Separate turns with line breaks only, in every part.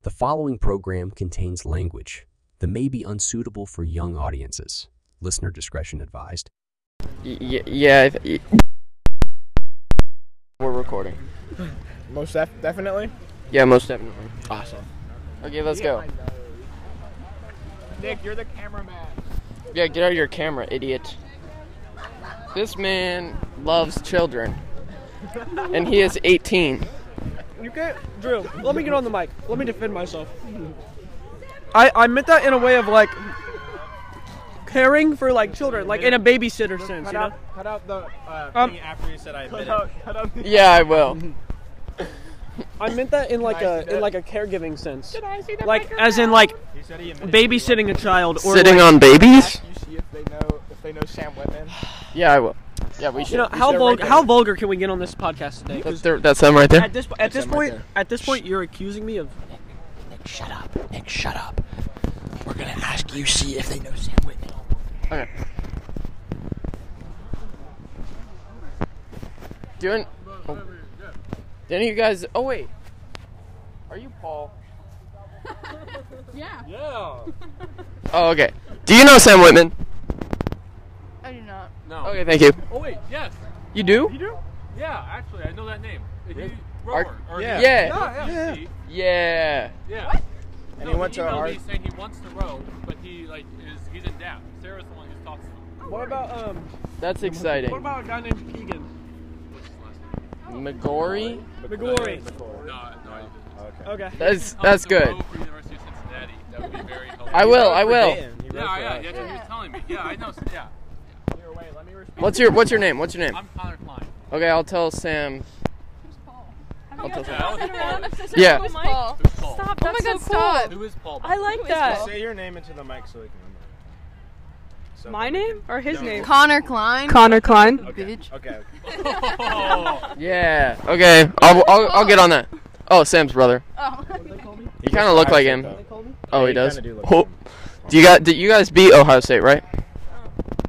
The following program contains language that may be unsuitable for young audiences. Listener discretion advised.
Y- yeah, if, y- we're recording.
Most def- definitely.
Yeah, most definitely.
Awesome.
Okay, let's go.
Nick, you're the cameraman.
Yeah, get out of your camera, idiot. This man loves children, and he is 18.
You can't, Drew. Let me get on the mic. Let me defend myself. I I meant that in a way of like caring for like children, like in a babysitter sense. You
Cut
know?
out, cut out the uh,
Um,
thing after you said I admit it. Cut out
Yeah, I will.
I meant that in like
Nice
a in
bit.
like a caregiving sense, like as in like
You said he admitted.
babysitting a child or
Sitting
like,
on babies?
You see if they know if they know Sam Whitman.
Yeah, I will. Yeah, we
You
should.
know how
right
vulgar
there.
how vulgar can we get on this podcast today?
That's, there, that's them right there.
At this po- at this
him right
point
there.
at this point you're accusing me of
Shut up, Nick, shut up. We're gonna ask you see if they know Sam Whitman.
Okay. Doing. Oh. Did any of you guys? Oh wait. Are you Paul?
Yeah.
Oh okay. Do you know Sam Whitman?
I do not.
Okay, thank you.
Oh wait, yes.
You do?
Yeah, actually, I know that name. If you,
Are-
Rower, or
Yeah.
yeah.
Yeah. Yeah.
yeah.
And
No,
he went to
emailed
our.
me saying he wants to row, but he like is he's in doubt. Sarah's the one who's talking to him.
what
uh,
about um
That's exciting.
what about a guy named Keegan
What's his last name?
McGorry?
McGlory?
No, no, I didn't.
Okay.
Okay.
That's
If you
that's
come to row
good.
For University of Cincinnati, that would be very helpful.
I will. I will.
Dayton. He wrote
Yeah,
for
yeah,
us.
yeah. That's what he was telling me. Yeah, I know. Yeah.
What's your What's your name? What's your name?
I'm Connor Klein.
Okay, I'll tell Sam.
Who's Paul?
I'll tell Sam.
That was Paul.
Yeah.
Who's Paul?
Who's Paul?
Stop!
Oh my
that's so
god, stop.
Cool.
Who is Paul?
I like that.
Say your name into the mic so we can remember. it. So
My name or his name?
Connor Klein.
Connor Klein.
Okay.
Bitch.
Okay. okay.
Oh.
Yeah. Okay. I'll, I'll I'll get on that. Oh, Sam's brother.
Oh.
He kind of looked like him.
Though.
Oh, he
kinda
does.
do look
Oh.
like him.
Do you got? Did you guys beat Ohio State, right?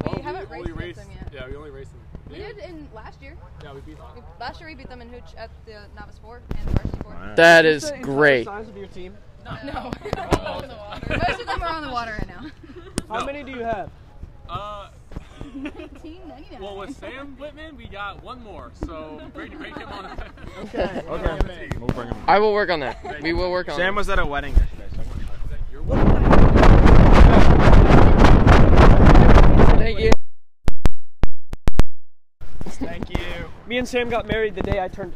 Oh. we haven't
only
raced against
raced.
them yet.
Yeah, we only raced
We
him.
did in last year.
Yeah, we beat them.
We- Last year we beat them in Hooch at the Novice 4 and Varsity 4.
Wow.
That is great.
Size of your team.
No.
Uh,
Most of them are on the water right now.
How many do you have?
Uh,
1999.
well, with Sam Whitman, we got one more. So bring, bring him on.
Okay. We'll bring him.
I will work on that. We will work on.
Sam
that.
was at a wedding yesterday. So
Thank you.
Thank you.
Me and Sam got married the day I turned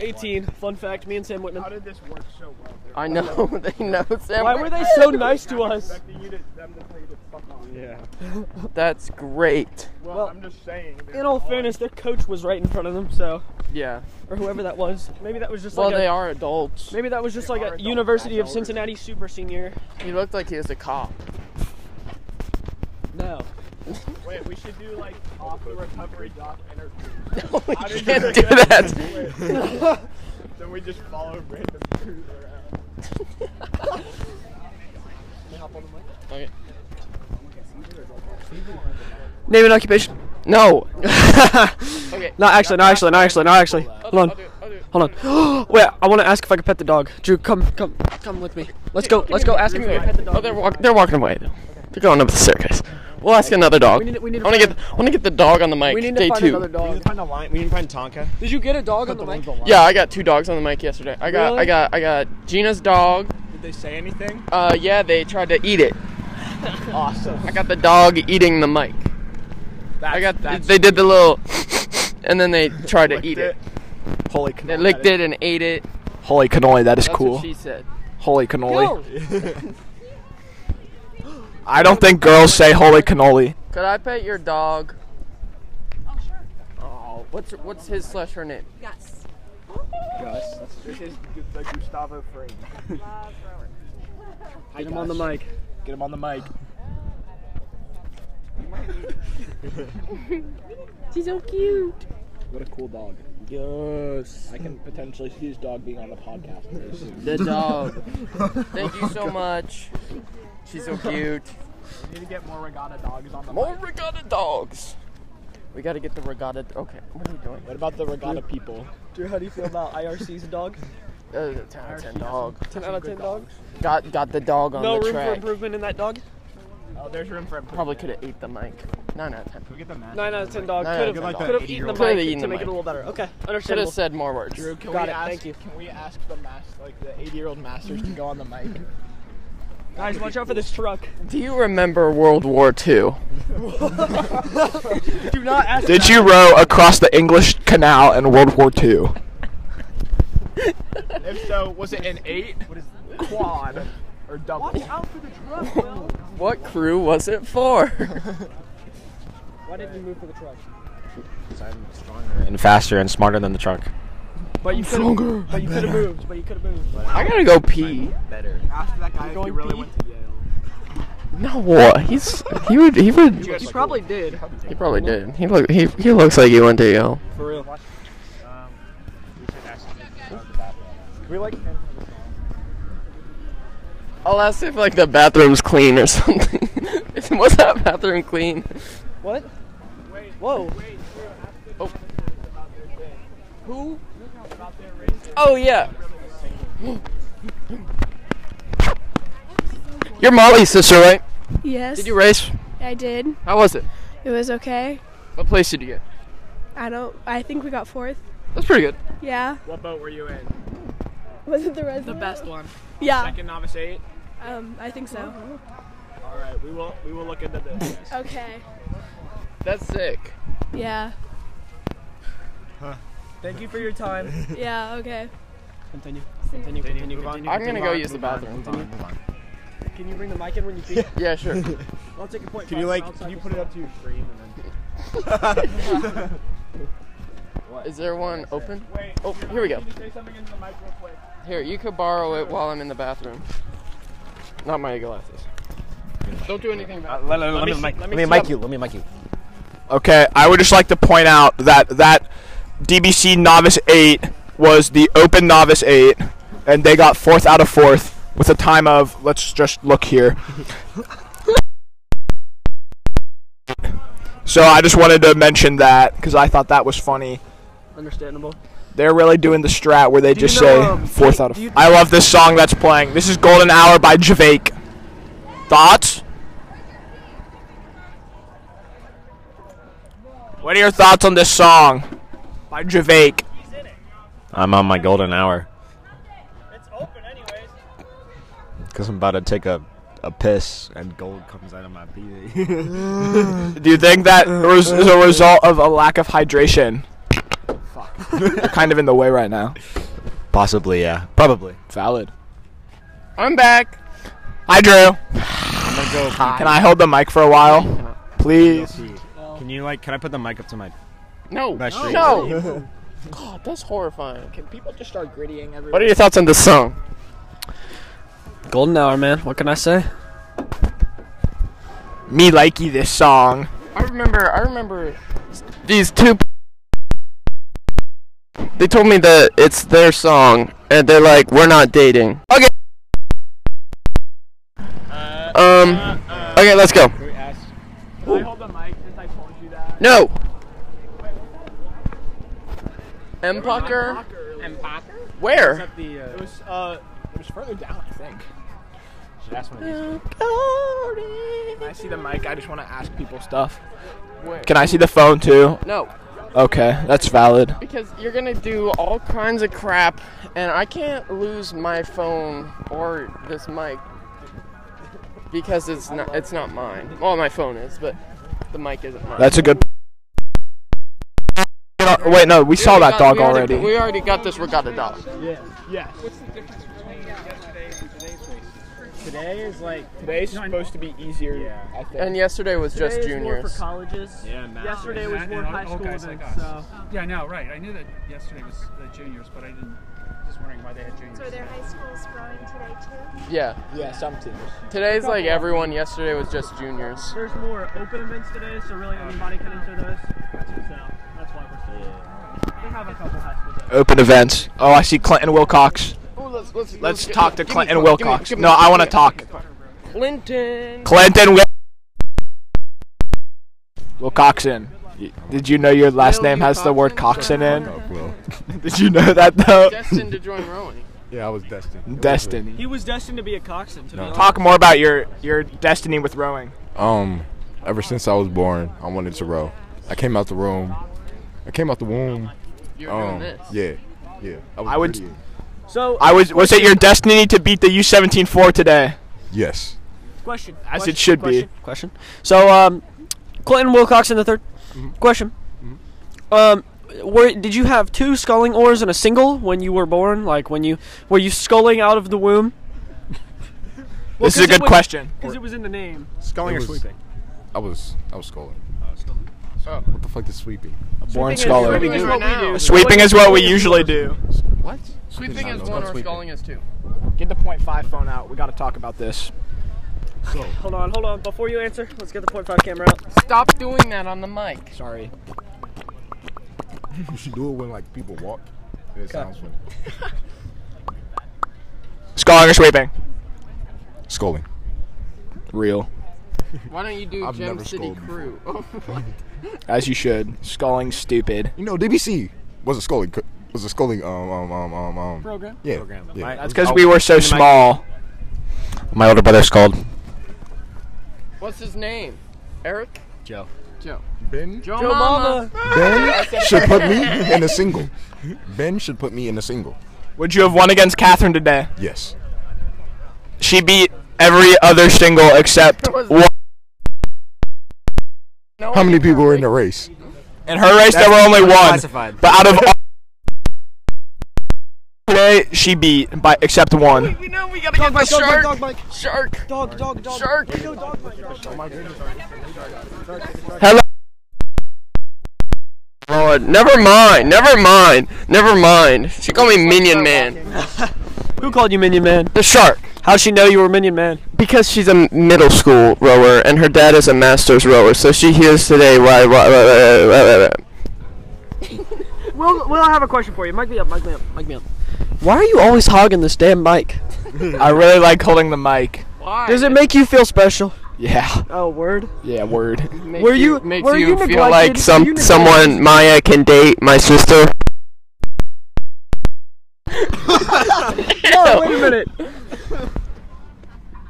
18. Fun fact, me and Sam Whitman.
How did this work so well? They're
I know. They know Sam.
Why were they so nice to us?
expecting you to, them to tell you to fuck off. Yeah.
That's great.
Well,
Well,
I'm just saying. that-
In all fairness, their coach was right in front of them, so
Yeah.
or whoever that was. Maybe that was just
Well,
like
they
a,
are adults.
maybe that was just
They
like
are
a
adults.
University of
That's older.
Cincinnati super senior.
He looked like he was a cop.
No.
Wait, we should do like off the recovery doc interviews.
we
How did
can't
you-
do that.
then we just follow random crews around.
Okay.
Name and occupation.
No. okay.
No, actually, no, actually, no, actually, no, actually. Hold on, hold on. Wait, I want to ask if I could pet the dog. Drew, come, come, come with me. Let's go. Let's go. Ask him. if I can pet the
Oh,
dog.
they're walk- They're walking away. They're going up the staircase. We'll ask another dog.
We need to- we need to
I want to
find-
get. I want to get the dog on the mic.
We need
Day
to find
two.
another dog.
find a line. We need to find Tonka.
Did you get a dog on the mic?
Yeah, I got two dogs on the mic yesterday. I got. I
Really?
got. I got Gina's dog.
Did they say anything?
Uh, yeah, they tried to eat it.
Awesome.
I got the dog eating the mic.
That's,
I got.
that's
They did the little, and then they tried to eat it.
Holy
They
cannoli.
licked it and ate it.
Holy cannoli, that is
That's
cool.
what she said.
holy cannoli.
Yo,
I don't think girls say holy cannoli.
Could I pet your dog?
Oh, sure.
Oh, what's what's his slash her name?
Yes.
Gus. This is the Gustavo frame.
Get him on the mic.
Get him on the mic.
She's so cute.
What a cool dog.
Yes.
I can potentially see his dog being on the podcast. very soon.
The dog. Thank you so much. She's so cute.
We need to get more regatta dogs on the
More regatta dogs. We gotta get the regatta. Okay, what are we doing?
What about the regatta people?
Drew, how do you feel about IRC's dog?
Uh, 10 out of 10 dog.
10 out of 10 dog.
Got got the dog on
No
the
room for
track.
improvement in that dog.
Oh, there's room for improvement.
Probably could have ate the mic. 9 out of 10.
Can we get the match?
9 out of 10 dog.
Nine
Could
out of
have
10
could have
dog.
eaten the
Coulda
mic
eaten
to
the
make it
mic.
a little better. Okay,
Should have
understandable.
said more words.
Drew, can
Got
we
it,
ask,
thank you.
Can we ask the mas like the 80 year old masters to go on the mic?
Guys, watch out for this truck.
Do you remember World War II?
Do not ask
Did you row across the English Canal in World War II?
if so, was it an eight? What is quad or double?
What crew was it for?
Why didn't you move for the truck?
And faster and smarter than the truck.
But you could have But you could have moved. But you could have moved.
I gotta go pee.
Ask that guy if he really went to Yale.
No, what? He's he would he would
You probably did.
he probably did. He look he he looks like he went to Yale.
For real. Um,
we like
I'll ask if like the bathroom's clean or something. Is- was that bathroom clean?
What? Whoa.
Oh.
Who? Oh yeah. You're Molly's sister, right?
Yes.
Did you race?
I did.
How was it?
It was okay.
What place did you get?
I don't. I think we got fourth.
That's pretty good.
Yeah.
What boat were you in?
Was it the res? The
Best one.
Yeah.
Second novice eight.
Um, I think so.
All right, we will we will look into this.
Okay.
That's sick.
Yeah.
Thank you for your time.
Yeah. Okay.
Continue. Continue. Continue. Continue.
I'm gonna go use the bathroom.
Can you bring the mic in when you speak?
Yeah, sure.
I'll take a point.
Can you like can you put it up to your screen and then?
Is there one open?
Wait.
Oh, here we go.
Can you say something into the mic real quick?
Here, you could borrow it while I'm in the bathroom. Not my glasses. Don't do anything about
Uh, Let, let, me,
let me
let me
see
mic
up.
you. Let me mic you.
Okay, I would just like to point out that that DBC Novice 8 was the Open Novice 8, and they got fourth out of fourth with a time of, let's just look here. so I just wanted to mention that because I thought that was funny.
Understandable.
They're really doing the strat where they
Do you
just
know,
say
um,
fourth
do-
out of.
do you-
I love this song that's playing. This is Golden Hour by Javake. Thoughts? What are your thoughts on this song by Javake?
I'm on my golden hour
It's open anyways.
because I'm about to take a, a piss and gold comes out of my pee.
Do you think that was is a result of a lack of hydration? Fuck. You're kind of in the way right now.
Possibly, yeah. Probably.
Valid.
it. I'm back.
Hi, Drew. Can I hold the mic for a while, please?
Can you like? Can I put the mic up to my?
No.
That's straight.
No. God, that's horrifying.
Can people just start grittying everywhere?
What are your thoughts on this song?
Golden hour, man. What can I say?
Me likey this song.
I remember. I remember these two. They told me that it's their song, and they're like, "We're not dating." Okay. Um. Okay, let's go.
Can I hold the mic since I told you that?
No. M Pucker.
And Packer?
Where?
E It was uh, it was further down, I think. Should ask one of these. When I see the mic, I just want to ask people stuff.
Can I see the phone too?
No,
Okay, that's valid.
because you're gonna do all kinds of crap, and I can't lose my phone or this mic because it's not it's not mine. Well, my phone is, but the mic isn't mine.
That's a good. Wait, no, we saw
We
that
got-
dog
we
already.
We already got this regatta dog.
Yes. What's the difference between yesterday and today's race? Today is like today's supposed to be easier. Yeah. I think.
And yesterday was just juniors.
colleges. Yeah, Yesterday
was more high school events, so. Yeah, oh, I know, right. I knew that yesterday was the juniors, but I didn't. Just wondering why they had juniors.
So are their high schools growing today too?
yeah,
yeah, some teams.
today's like everyone. Yesterday was just juniors.
There's more open events today, so really anybody can enter those. So that's why we're still. We have a couple high school
Open events. Oh, I see Clinton Wilcox.
let's
Let's talk to Clinton Wilcox. No, I want to talk.
Clinton.
Clinton Wil- Wilcoxon. Y- Did you know your last
Will
name has the word coxon
Wilcoxon?
in? Did you know that though?
Destined to join rowing.
Yeah, I was destined.
Destiny.
He was destined to be a coxswain. To be honest.
Talk more about your your destiny with rowing.
Um, ever since I was born, I wanted to row. I came out the room. I came out the womb.
You
were doing
um,
this.
Yeah, yeah. was
I would-
pretty-
So
I was was it your destiny to beat the U17 four today?
Yes.
question.
As it should
question,
be.
Question. So, um, Clinton Wilcox in the 3rd
Mm-hmm.
Question. Um, were, did you have two sculling oars and a single when you were born? Like when you were you sculling out of the womb?
This is a good question.
Because it was in the name.
It was- I was I was schooling.
Oh.
What the fuck is sweeping? A
born scholar.
Sweeping is what we do.
Sweeping is what we usually do.
What?
Sweeping is one, or sculling is two.
Get the point five phone out. We got to talk about this.
Hold on, hold on. Before you answer, let's get the point five camera out.
Stop doing that on the mic.
Sorry.
You should do it when like people walk. It sounds funny.
Sculling or sweeping?
Schooling.
Real.
Why don't you do
I've
Gem
never
City
scolded
Crew?
As you should. Sculling stupid.
You know, DBC was a schooling. co- Was a schooling. Um, um, um, um, um.
Program?
Yeah.
Program.
yeah.
That's because we were so
In the mic.
small.
My older brother scolded.
What's his name? Eric?
Joe.
Joe.
Ben?
Joe,
Joe
Mama.
Ben should put me in a single. Ben should put me in a single.
Would you have won against Catherine today?
Yes.
She beat every other single except one.
How many people were in the race?
In her race, there were
That's
only one.
classified.
But out of all today, she beat by except one.
You know we gotta get the shark. Shark.
Dog, dog, dog.
Shark.
Oh,
Hello.
Lord, never mind, never mind, never mind. She called me Minion Man
Who called you Minion Man?
The shark.
How'd she know you were Minion Man?
because she's a middle school rower and her dad is a master's rower, so she hears today why. why, why, why, why, why, why.
We'll, we'll have a question for you. Mic me up, mic me up, mic me up. Why are you always hogging this damn mic?
I really like holding the mic.
Does it make you feel special?
Yeah.
Oh, word.
Yeah. Word.
Makes
Were you-
makes
were
you,
you
feel
neglected?
like
Were you
some
neglected?
someone Maya can date my sister?
No, wait a minute.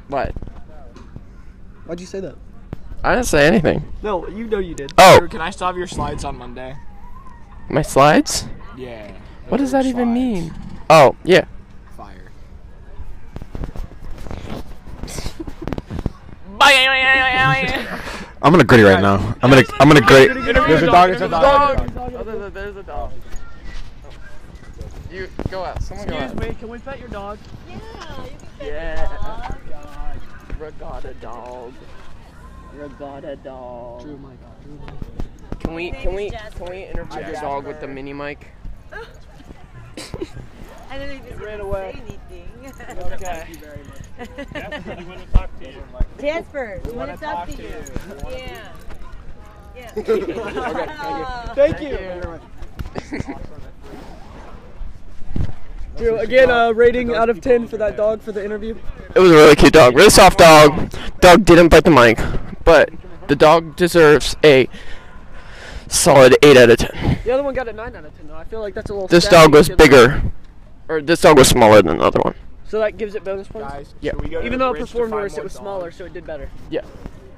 What?
Why'd you say that?
I didn't say anything.
No, you know you did.
Oh.
Drew, Can I still have your slides on Monday?
My slides?
Yeah.
What does that even mean? Oh yeah.
Fire.
I'm gonna gritty right now. I'm gonna I'm gonna gritty.
There's a dog. There's a dog.
Oh, there's a, there's a dog. You go out. Someone go out.
Can we pet your dog?
Yeah. Regatta dog. Regatta dog.
Drew, my dog. Drew, my
Can we can we can we interview your dog with the mini mic?
I don't know if he's going
away.
to say anything.
Okay.
Jasper, we want to talk to you. Yeah. Yeah. Aw.
Thank you. Drew, again, uh, rating out of 10 for that dog for the interview.
It was a really cute dog, really soft dog. Dog didn't bite the mic, but the dog deserves a solid eight out of ten.
The other one got a 9 out of 10, though. I feel like that's a little.
This
stab
dog was
to the other one.
bigger, or this dog was smaller than the other one.
So that gives it bonus points?
Yeah.
Should we go to
Even
the
though it
bridge to
performed
find
worse, it
more
was
dogs?
smaller, so it did better.
Yeah.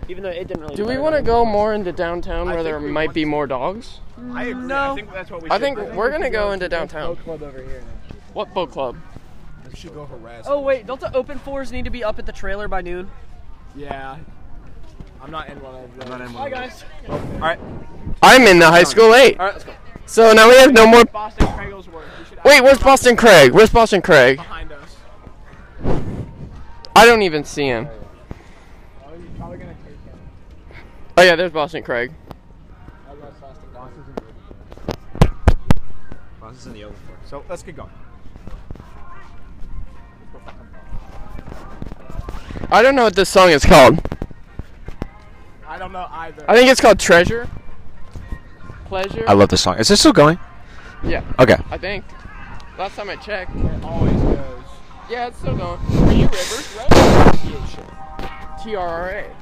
Even though it didn't really.
Do we want to go more into downtown where
think
there
we
might
want
be more dogs?
Mm, I agree. No. I think that's what we
I
should
think
do.
we're gonna go into downtown.
club over here.
What boat club?
You should go harass.
Oh wait, don't the open fours need to be up at the trailer by noon?
Yeah. I'm not in one of those. I'm not in
Hi guys.
All right.
I'm in the high school eight.
All right. Let's go.
So now we have no more.
Boston Craiglesworth. We should
Wait, where's Boston Craig? Where's Boston Craig?
behind us.
I don't even see him. Oh yeah, there's Boston Craig.
Boston's in the open floor. So let's get going.
I don't know what this song is called.
I don't know either.
I think it's called Treasure. Pleasure.
I love this song. Is this still going?
Yeah.
Okay.
I think. Last time I checked.
It always goes.
Yeah, it's still going. Are you Rivers? Right? TRRA.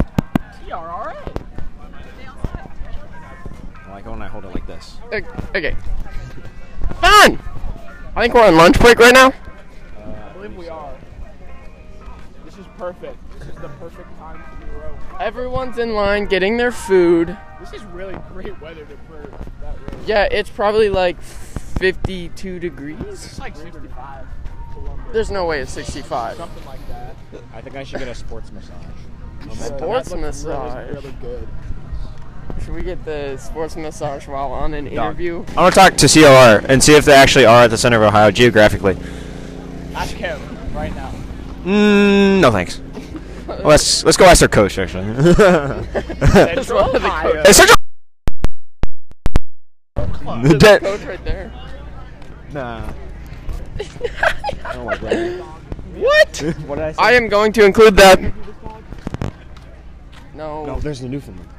TRRA.
I like when I hold it like this.
Okay. okay. Fun. I think we're on lunch break right now.
Uh,
believe we are. This is perfect. This is the perfect time to be rowing.
Everyone's in line getting their food.
This is really great weather to for that row.
Yeah, it's probably like 52 degrees.
It's like 65.
There's no way it's 65.
Something like that.
I think I should get a sports massage.
Sports
That looks really,
massage.
Really good.
Should we get the sports massage while on an
Done.
interview?
I want to talk to CLR and see if they actually are at the center of Ohio geographically.
Ask him right now.
Mm, no thanks. Well, let's let's go ask their coach actually.
Central Ohio.
Hey, Central-
There's a
That-
coach right there.
Nah. I don't like that.
What?
Oh What did I say?
I am going to include that. No.
No, there's the Newfoundland.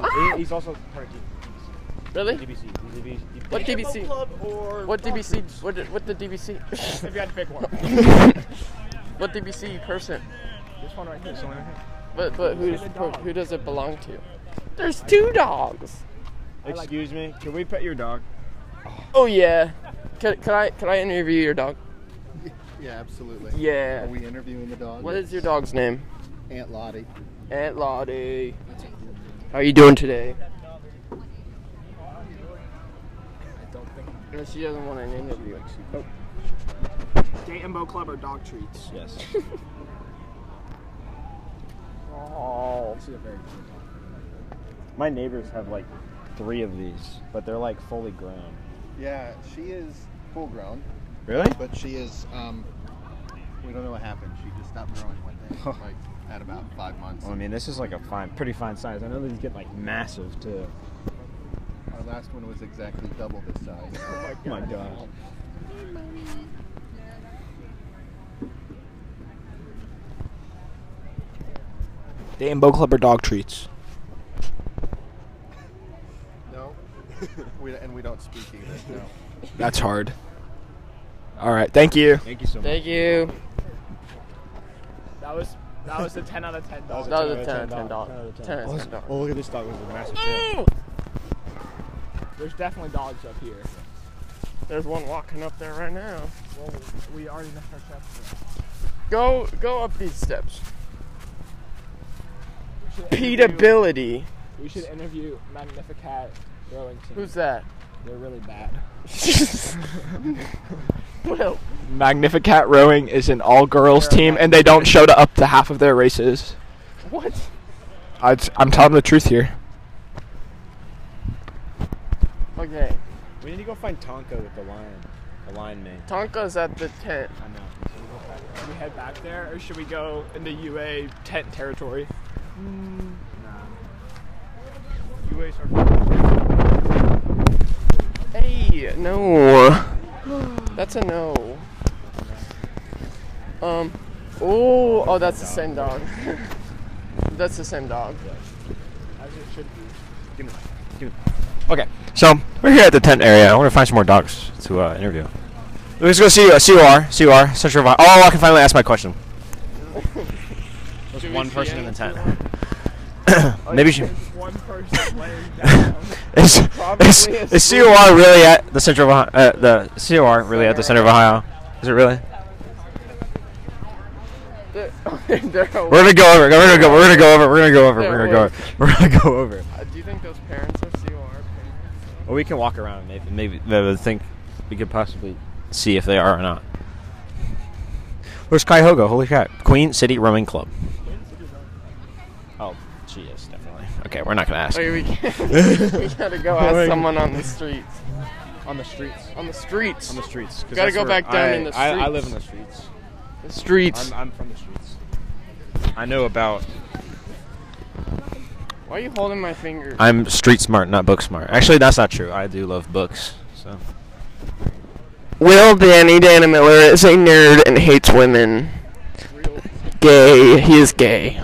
Ah!
He's also part of
Really?
DBC. He's DBC.
What DBC? What DBC? What, did- what the DBC?
If you had to pick one.
what DBC person?
This one right here. This one right here.
But but who does, who does it belong to? There's two dogs.
Excuse me, can we pet your dog?
Oh yeah. Could, could I could I interview your dog?
Yeah, absolutely.
Yeah.
Are we interviewing the dog?
What is your dog's name?
Aunt Lottie.
Aunt Lottie. How are you doing today? No, she doesn't want an interview. Oh.
Day Imbo Club or dog treats? Yes.
Oh. My neighbors have like three of these, but they're like fully grown.
Yeah, she is full grown.
Really?
But she is. Um, we don't know what happened. She just stopped growing one day, like at about five months.
Well, I mean, this is like a fine, pretty fine size. I know these get like massive too.
Our last one was exactly double this size. oh
my God.
Day and Bow Club or dog treats?
No. we, and we don't speak either. No.
That's hard. All right. Thank you.
Thank you so
Thank you.
That was that was a 10 out of 10. That
was a That was a 10 out of 10 10 dog. dog. 10 out of 10 dog.
Oh, look at this dog with a massive
tail.
There's definitely dogs up here.
There's one walking up there right now.
Well, we already missed our chapter.
Go go up these steps. Peatability.
We should interview Magnificat rowing team.
Who's that?
They're really bad.
well,
Magnificat Rowing is an all girls team, and they don't show up to half of their races.
What?
I'd, I'm telling the truth here.
Okay.
We need to go find Tonka with the lion. The lion man.
Tonka's at the tent.
I know.
Should we head back there, or should we go into UA tent territory?
Mm.
UA's
Hey, no. That's a no. Um. Oh, oh, that's the same dog. that's the same dog.
as it should be.
Give me Okay, so we're here at the tent area. I want to find some more dogs to uh, interview. Let's go see uh, COR, COR, Central Vi- Oh, I can finally ask my question. There's one person in the tent. Maybe she.
One person laying down.
Is, is,
Probably a
is COR really at the center of Ohio, uh, the COR really at the center of Ohio? Is it really?
They're- they're
We're gonna go over. We're gonna go. We're gonna go over. We're gonna go over. We're gonna go. Over. We're gonna go over.
Uh, do you think those parents of COR?
Or we can walk around. Maybe maybe, maybe think we could possibly see if they are or not. Where's Kai Hogo? Holy crap! Queen City Rowing Club. Oh, she is definitely. Okay, we're not gonna ask.
Wait, we, we gotta go
Oh my
ask someone
God.
on the streets.
On the streets.
On the streets.
On the streets. 'cause
Gotta
that's
go
where
back down
I-
in the streets.
I, I live in the streets.
The streets.
I'm, I'm from the streets. I know about.
Why are you holding my finger?
I'm street smart, not book smart. Actually, that's not true. I do love books. So.
Will Danny Dana Miller is a nerd and hates women. Gay. He is gay.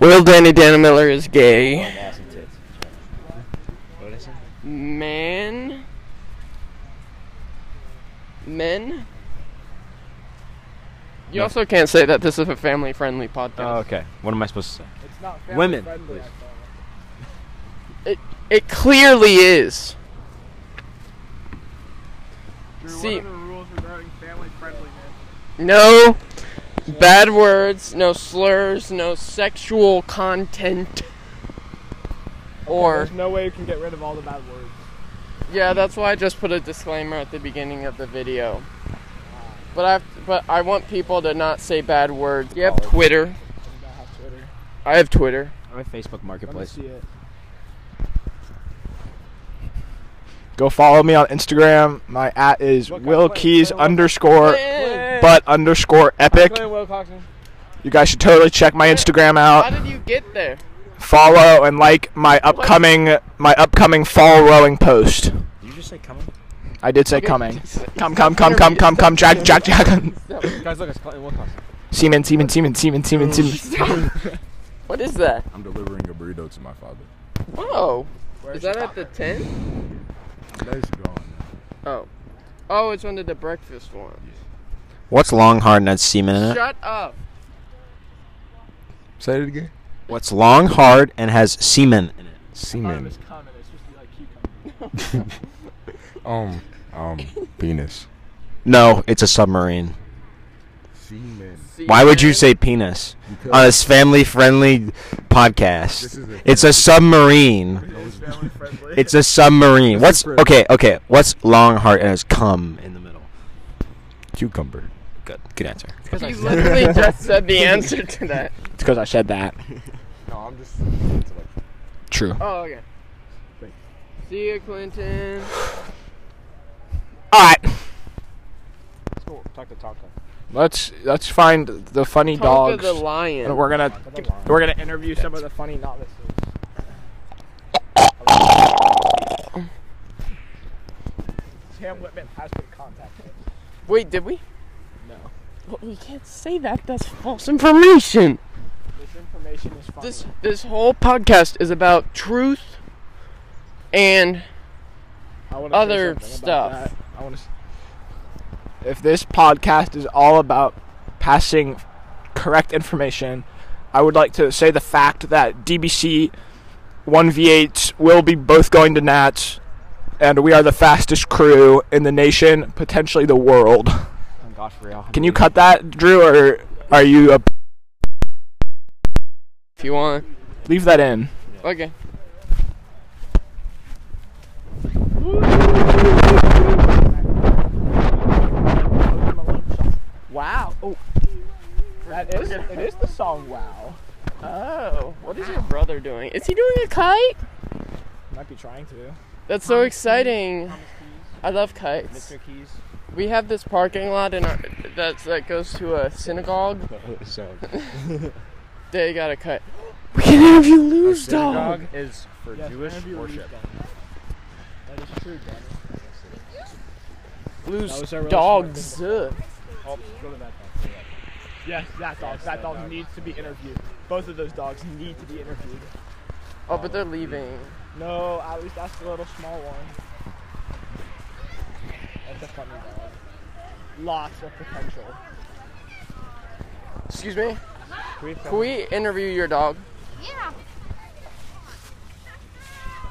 Will Danny Dana Miller is gay. Man. Men. You
No.
also can't say that this is a family friendly podcast.
Oh, okay. What am I supposed to say?
It's not family
Women.
Friendly,
It, it clearly is.
Drew, what
See-
are the rules regarding family friendliness?
No bad words, no slurs, no sexual content. Or
There's no way you can get rid of all the bad words.
yeah, that's why I just put a disclaimer at the beginning of the video. But I but I want people to not say bad words. You have Twitter. I have Twitter.
I have Facebook Marketplace.
Go follow me on Instagram. My at is Will Keys underscore but underscore epic. You guys should totally check my Instagram
How
out.
did you get there?
Follow and like my upcoming my upcoming fall rowing post.
Did you just say coming?
I did say coming. Come, come, come, come, come, come, Jack, Jack, Jack.
Guys, look, it's Clinton Wilcox.
Seaman, Seaman, Seaman, Seaman, Seaman, Seaman.
What is that?
I'm delivering a burrito to my father.
Whoa. Is that at the tent?
That's gone.
Oh. Oh, it's under the breakfast one.
What's long, hard, and that's semen in it?
Shut up.
Say it again.
What's long, hard, and has semen in it?
Semen. Um, um, penis.
No, it's a submarine.
Semen.
Why would you say penis on this family-friendly
This
podcast?
is a-
it's a submarine. It's a submarine.
This is
What's
for-
okay? Okay. What's long, hard, and has cum in the middle?
Cucumber.
Good. Good answer.
You literally just said the answer to that.
It's because I said that.
No, I'm just.
True.
Oh, okay. See you, Clinton.
All right,
Let's go talk to Tonka.
let's let's find the funny
Tonka
dogs.
the lion.
And we're gonna we're gonna interview some of
the funny novices. Sam Whitman has been contacted.
Wait, did we?
No.
But we can't say that. That's false information.
This information is funny.
This this whole podcast is about truth and
I wanna say
other
something about
stuff.
that. I want to.
if this podcast is all about passing correct information, I would like to say the fact that DBC 1v8s will be both going to Nats, and we are the fastest crew in the nation, potentially the world.
Oh God, for real.
Can you cut that, Drew, or are you a.
If you want.
Leave that in.
Okay.
Wow. Oh. That is. It is the song. Wow.
Oh, what is your brother doing? Is he doing a kite?
Might be trying to.
That's so exciting. I love kites.
Mr. Keys.
We have this parking lot in our, that's, that goes to a synagogue.
Oh, So.
They got a kite. We can interview Lou's dog.
is for Jewish worship. That is true, That
Lou's
was our really
dogs.
smart
Ugh.
Oh, go to that dog. Yes, that dog. That dog needs to be interviewed. Both of those dogs need to be interviewed.
Oh, but they're leaving.
No, at least that's the little small one. That's a funny dog. Lots of potential.
Excuse me?
Can we
Can we interview your dog?
Yeah.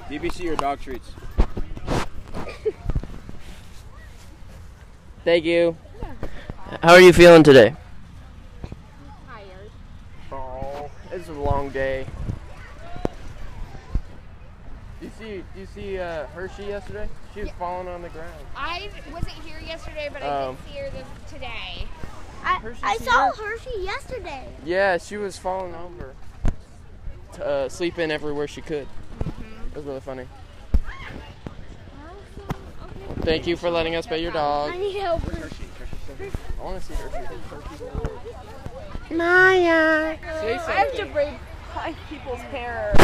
DBC or dog treats?
Thank you. How are you feeling today?
Tired.
Oh, it's a long day. You see, you see uh, Hershey yesterday? She was falling on the ground.
I wasn't here yesterday, but I
Um,
did see her this, today.
I, I
see
saw
that?
Hershey yesterday.
Yeah, she was falling over, t- uh, sleeping everywhere she could. It was really funny. Thank you for letting us pet your dog.
I need help.
I want to see Hershey.
Maya.
Say
I have to
something.
braid five people's hair.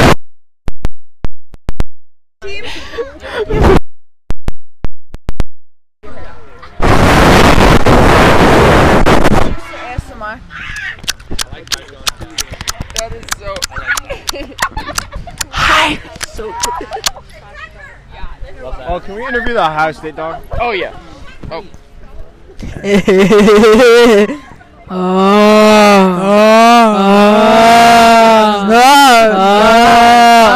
ASMR.
That is so.
Hi.
So.
Oh, can we interview the Ohio State dog?
Oh yeah. Oh.
Ah.
Ah.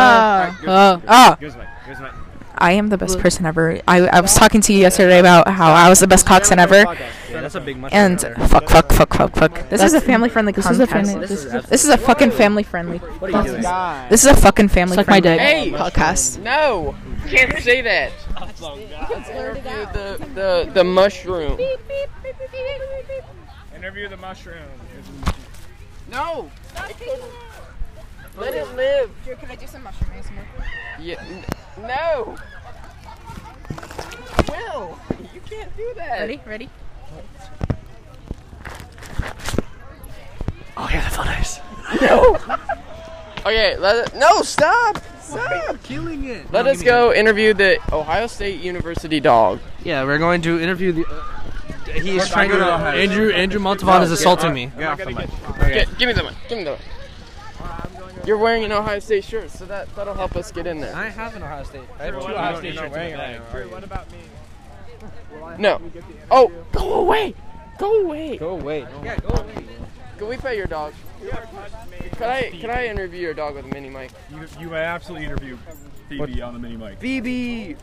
Ah.
Ah. Ah.
Here's my. Here's my.
I am the best person ever. I, I was talking to you yesterday about how I was the best coxswain ever.
that's a big mushroom
And
right
fuck, fuck, fuck, fuck, fuck. This is a
That's-
family friendly
this is a
podcast.
family- this is a-
This is a fucking family friendly.
What are you doing?
podcast. This is a fucking family
Suck my
friendly
Hey,
podcast.
No, you can't say that. Interview the, the the mushroom.
Interview the mushroom.
No. Let it live.
Drew, can I do some mushroom ASMR?
Yeah, n- no. Will, you can't do that.
Ready? Ready?
Oh, yeah, the flutters. No. okay, let it, no stop. Stop killing it. Let
No,
us go interview the Ohio State University dog.
Yeah, we're going to interview the. uh, he is
We're
trying
not
to.
gonna have-
Andrew Andrew Montavon is
No,
assaulting me.
get- Gi- give me the mic. Give me the mic. You're wearing an Ohio State shirt, so that that'll help us get in there.
I have an Ohio State. I have
Drew,
two
what
Ohio
about-
State
you're not
shirts
wearing it
in the
right
bag.
now,
Drew, what about-
No. Oh, go away. Go away.
Go away.
Yeah, go away. Can we pay your dog? Could I could I interview your dog with a mini mic?
You, you may absolutely interview Phoebe on the mini mic.
Phoebe.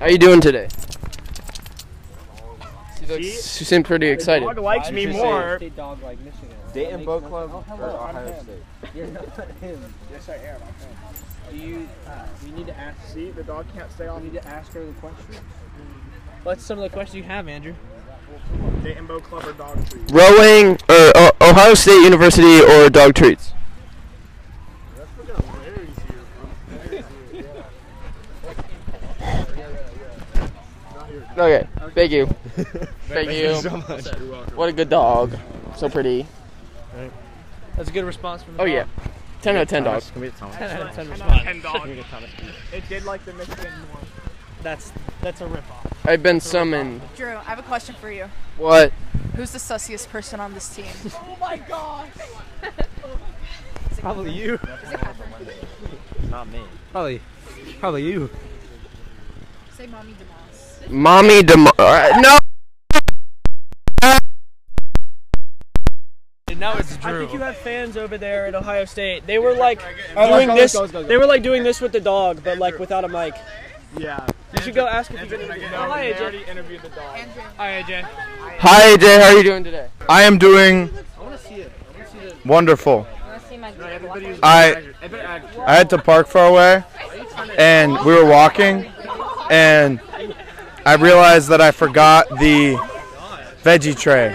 How you doing today? She, looks, she seemed pretty excited.
Dog likes me more.
Dayton Boat Club
Oh,
or
hello,
Ohio
I'm him.
State?
You're not him. Yes, I am. Do you? Uh, you need to ask. See, the dog can't stay off. You need to ask her the question.
What's some of the questions you have, Andrew?
Dayton Boat Club or dog treat?
Rowing or uh, Ohio State University or dog treats? Okay, thank you. thank
Thank
you.
you so much. You're welcome.
What a good dog. So pretty.
That's a good response from. The
Oh yeah.
dog.
10 out of 10
Thomas,
dogs.
can we get Thomas? 10 out of 10 response.
Ten
Can we
dogs.
get Thomas?
It did like the Mexican more.
That's that's a ripoff.
I've been summoned.
Drew, I have a question for you.
What?
Who's the sussiest person on this team?
Oh my gosh.
Probably you. Not me. Probably, probably you.
Say mommy Demas.
Mommy Demo- uh, No!
And now it's
I
Drew.
think you have fans over there at Ohio State. They were like uh,
Oh, let's
doing
go,
this.
let's go, let's go, let's
They were like doing this with the dog, but like without a mic.
Yeah.
You should go ask if you can. Oh, hi, AJ.
interviewed the dog.
Andrew.
Hi, AJ.
Hi, AJ. How are you
doing today?
I am doing
I want to see it. I want to see the.
wonderful.
Everybody
I I had to park far away, and we were walking, and I realized that I forgot the veggie tray,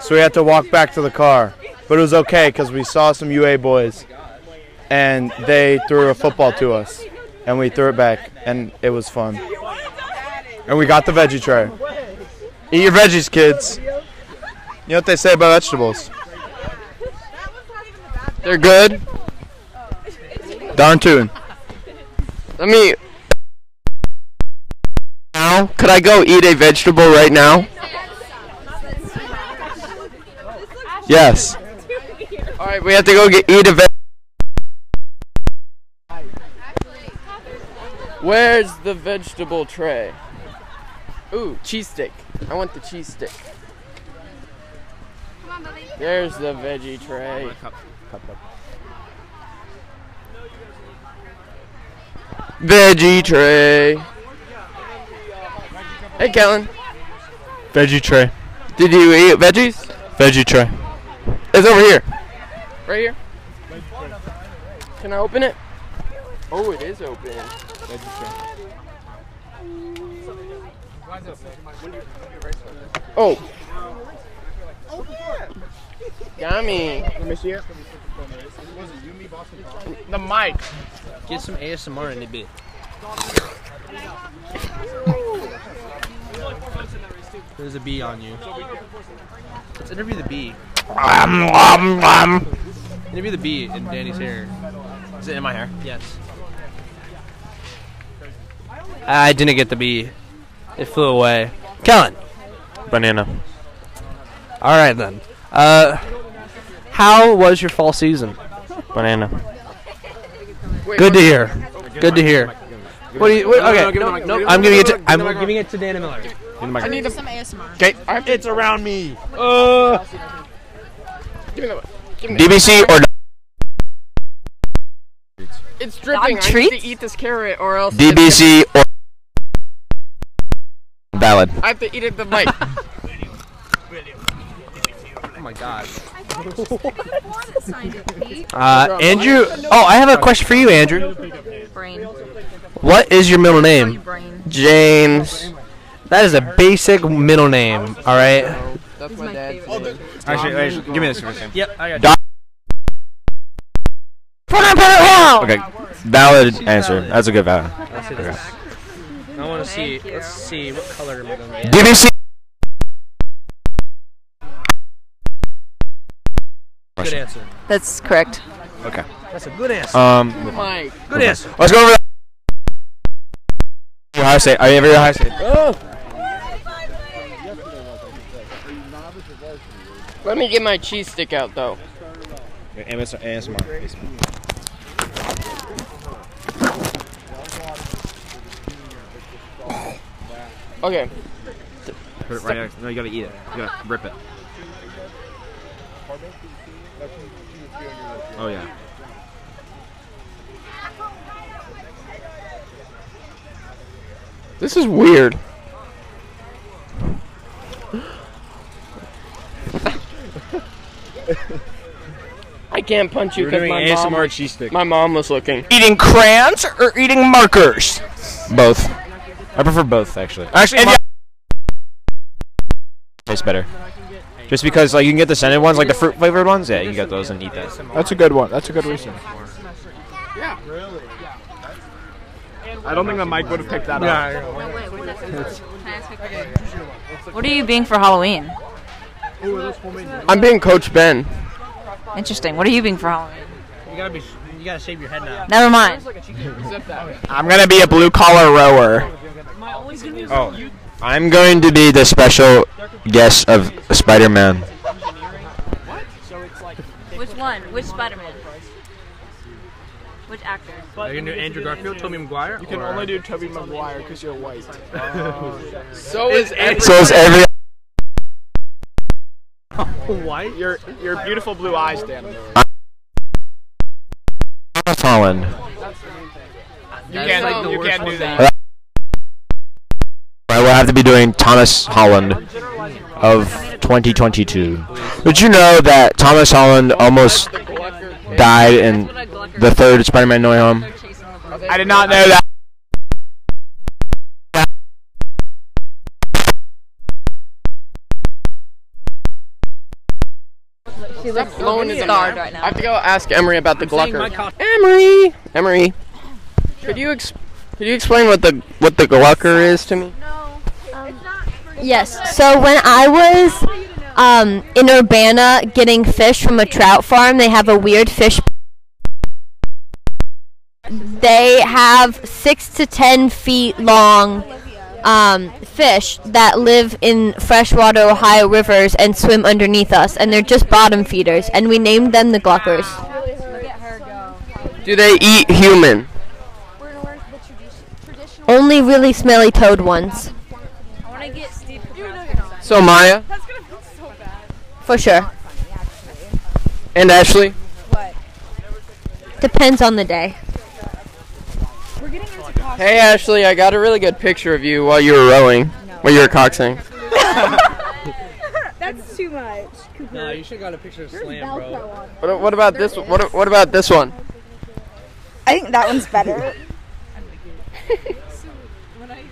so we had to walk back to the car. But it was okay because we saw some UA boys, and they threw a football to us, and we threw it back, and it was fun. And we got the veggie tray. Eat your veggies, kids. You know what they say about vegetables?
They're good.
Darn tune.
Let me. Now, could I go eat a vegetable right now? Yes. All right, we have to go get eat a vegetable. Where's the vegetable tray? Ooh, cheese stick. I want the cheese stick. There's the veggie tray. Veggie tray. Hey, Kellen.
Veggie tray.
Did you eat veggies?
Veggie tray.
It's over here. Right here. Can I open it? Oh, it is open. Oh.
Oh yeah.
Yummy.
Mm.
Let me see it. The mic.
Get some ASMR in the bit. There's a Ah. bee on you. Let's interview the bee. Um, Interview the bee in Danny's hair. Is it in my hair? Yes. I didn't get the bee. It flew away. Kellen. Banana. All right then. Uh, how was your fall season? Banana. Good to hear. Good to hear. What do you? What,
No, no, no,
okay.
give me the
no,
mic,
no,
give me
I'm
the
giving
mic,
it to.
give me the
I'm
mic.
giving it to Dana Miller.
I need some ASMR.
Okay.
It's around me.
Uh,
Give me that one. Give me that
DBC or
it's dripping. I need
treats?
to eat this carrot or else. it's
DBC or ballad.
gonna- I have to eat it the mic.
Oh my god.
Uh, Andrew. Oh, I have a question for you, Andrew. What is your middle name? James. That is a basic middle name. All right.
That's my dad's name.
Actually, actually, give me this first name. Yep, I
Doc-
Okay.
Valid answer. That's a good valid. Okay.
I want to see. Let's see what color am I going to
DBC.
Good answer.
That's correct.
Okay.
That's a good answer. Oh
Um.
Mike. Good
move on.
answer.
Let's go over. the- Ohio State. Are you ever Ohio State?
Let me get my cheese stick out though. Okay.
Put it right next. No, you gotta eat it. You gotta rip it. Oh yeah.
This is weird. I can't punch you
We're
because
doing
my
ASMR
mom.
cheese stick.
My mom was looking.
Eating crayons or eating markers? Both. I prefer both actually. Actually, my- tastes better. Just because like you can get the scented ones, like the fruit flavored ones. Yeah, you can get those and eat that.
That's a good one. That's a good reason.
Yeah. Really? I don't think the mic would have picked that up.
What are you being for Halloween?
I'm being Coach Ben.
Interesting. What are you being for Halloween?
You gotta be. You gotta shave your head now.
Never mind.
I'm gonna be a blue collar rower. Oh, I'm going to be the special guest of Spider Man.
Which one? Which Spider-Man? Which actor?
Are you gonna do Andrew Garfield, Tobey Maguire? You
can only do Toby Maguire because you're white.
Oh.
So is every.
So is every.
White? Your your beautiful blue eyes, Dan.
Thomas Holland.
You can't,
the
you
worst
can't do
one.
that.
I will have to be doing Thomas Holland of 2022. Did you know that Thomas Holland almost died in the third Spider Man No Way Home?
I did not know that.
Stop blowing his
scarred
arm.
right now.
I have to go ask Emery about the Glucker.
Emery.
Emery, could you ex- could you explain what the what the Glucker is to me?
Yes. So when I was um, in Urbana getting fish from a trout farm, they have a weird fish. They have six to ten feet long um, fish that live in freshwater Ohio rivers and swim underneath us, and they're just bottom feeders, and we named them the Gluckers.
Do they eat human?
Only really smelly toad ones,
I want to get Steve.
So Maya
for sure.
and Ashley.
Depends on the day.
Hey Ashley, I got a really good picture of you while you were rowing, while you were coxing.
That's too much.
No, you should got a picture of Slam, bro.
What, what about this? What, what about this one?
I think that one's better.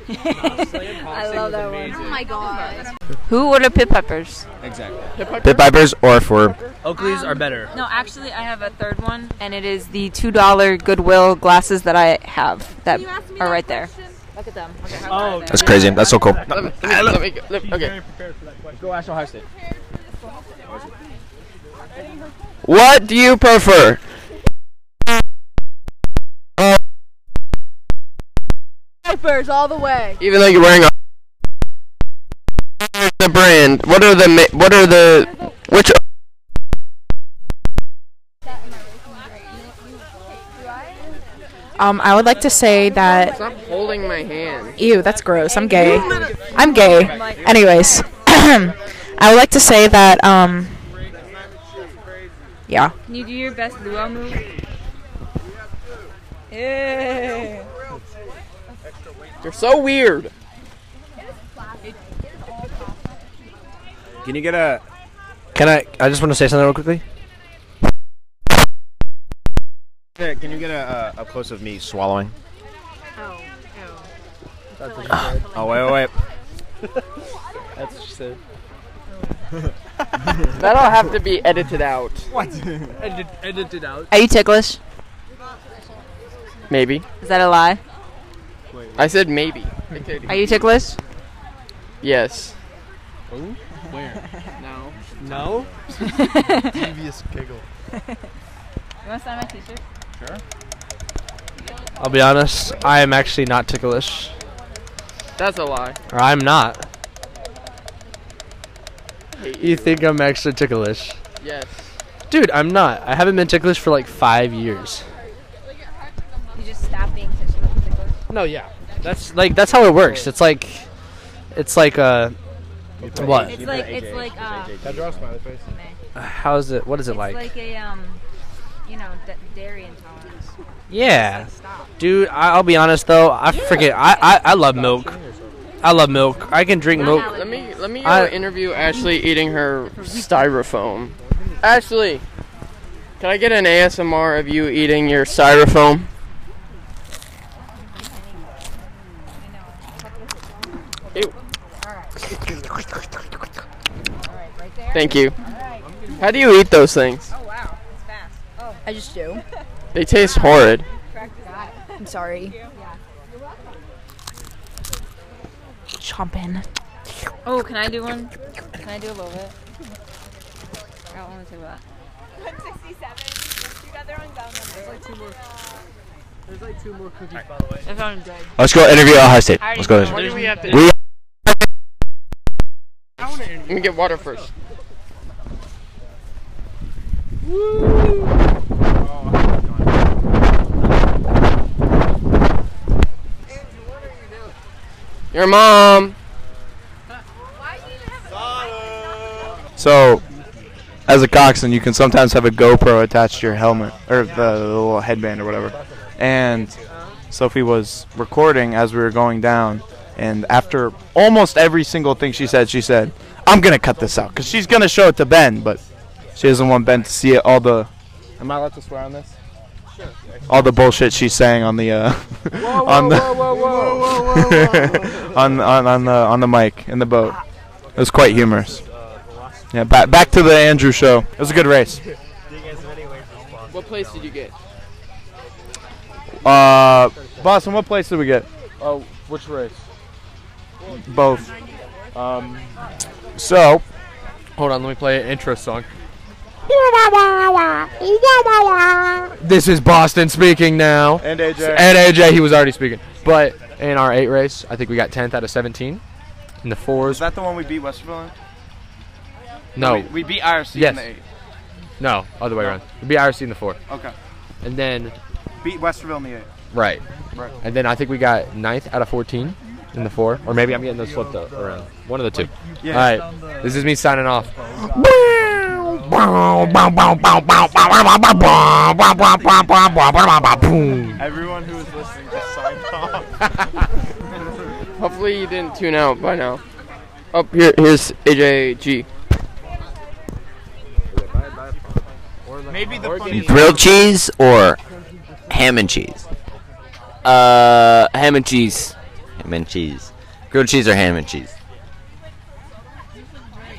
I love that one.
Oh my god.
Who ordered pit peppers?
Exactly.
Pit Vipers or for.
Oakleys are better.
No, actually, I have a third one, and it is the two dollar Goodwill glasses that I have that are right there. Look at them.
Oh,
That's crazy. That's so cool.
Let me, let me, let me, let me- okay.
Go Ash Ohio State.
What do you prefer?
Diapers all the way.
Even though you're wearing a the brand, what are the ma- what are the which
Um, I would like to say that.
Stop holding my hand.
Ew, that's gross. I'm gay. I'm gay. Anyways, I would like to say that. Um, yeah.
Can you do your best luau move?
Yay.
They're so weird.
Can you get a?
Can I? I just want to say something real quickly.
Can you get a, a, a close of me swallowing? Oh wait, wait, wait.
That's what she said.
That'll have to be edited out.
What? Edit, edited out.
Are you ticklish?
Maybe.
Is that a lie?
I said maybe.
Are you ticklish?
Yes.
Where? No.
No?
Devious giggle.
You want to sign my T-shirt?
Sure.
I'll be honest. I am actually not ticklish.
That's a lie.
Or I'm not.
Hate
You think I'm actually ticklish?
Yes.
Dude, I'm not. I haven't been ticklish for like five years.
You just stop being ticklish.
No, yeah. That's like that's how it works. It's like, it's like uh, what? Uh,
It's like it's like uh.
Can I draw a smiley face?
How is it? What is it
It's
like?
like a um, you know, d- dairy intolerance.
Yeah, dude. I, I'll be honest though. I forget. I, I I love milk. I love milk. I can drink milk.
Let me let me
I-
uh, interview Ashley eating her styrofoam. Ashley, can I get an ASMR of you eating your styrofoam? Ew. Thank you. How do you eat those things?
I just do.
They taste horrid.
I'm sorry.
Chomping. Oh, can I do one? Can I do a little bit? I don't want to do that.
167. You got their own gum. There's like two more. There's like two more cookies,
by the way.
I found dead.
Let's go interview Ohio State.
I already
Let's go.
know. Why do we have to-
We-
Let me get water first. Your mom.
So, as a coxswain, you can sometimes have a GoPro attached to your helmet or the, little headband or whatever. And Sophie was recording as we were going down, and after almost every single thing she said, she said, "I'm gonna cut this out because she's gonna show it to Ben, but she doesn't want Ben to see it, all the
Am I allowed to swear on this? Sure.
all the bullshit she's saying on the uh, on the on, on on the on the mic in the boat. It was quite humorous. Yeah, back back to the Andrew show. It was a good race.
What place did you get?
Uh, Boston, what place did we get?
Oh, which race?
Both.
Um.
So,
hold on. Let me play an intro song.
This is Boston speaking now.
And AJ.
And AJ, he was already speaking. But in our eight race, I think we got 10th out of 17. In the
Is
fours,
that the one we beat Westerville?
no.
We, we beat IRC
yes.
in the eight.
No, other way around. We beat IRC in the four.
Okay.
And then,
Beat Westerville in the eight.
right.
Right.
And then I think we got ninth out of 14 in the four. Or maybe I'm getting those flipped up around. One of the two.
Yeah.
All right. This is me signing off.
Everyone who is listening just signed off.
Hopefully you didn't tune out by now. Up here, here's AJG.
Maybe the funniest.
Grilled cheese or ham and cheese? Uh, ham and cheese. Ham and cheese. Grilled cheese or ham and cheese?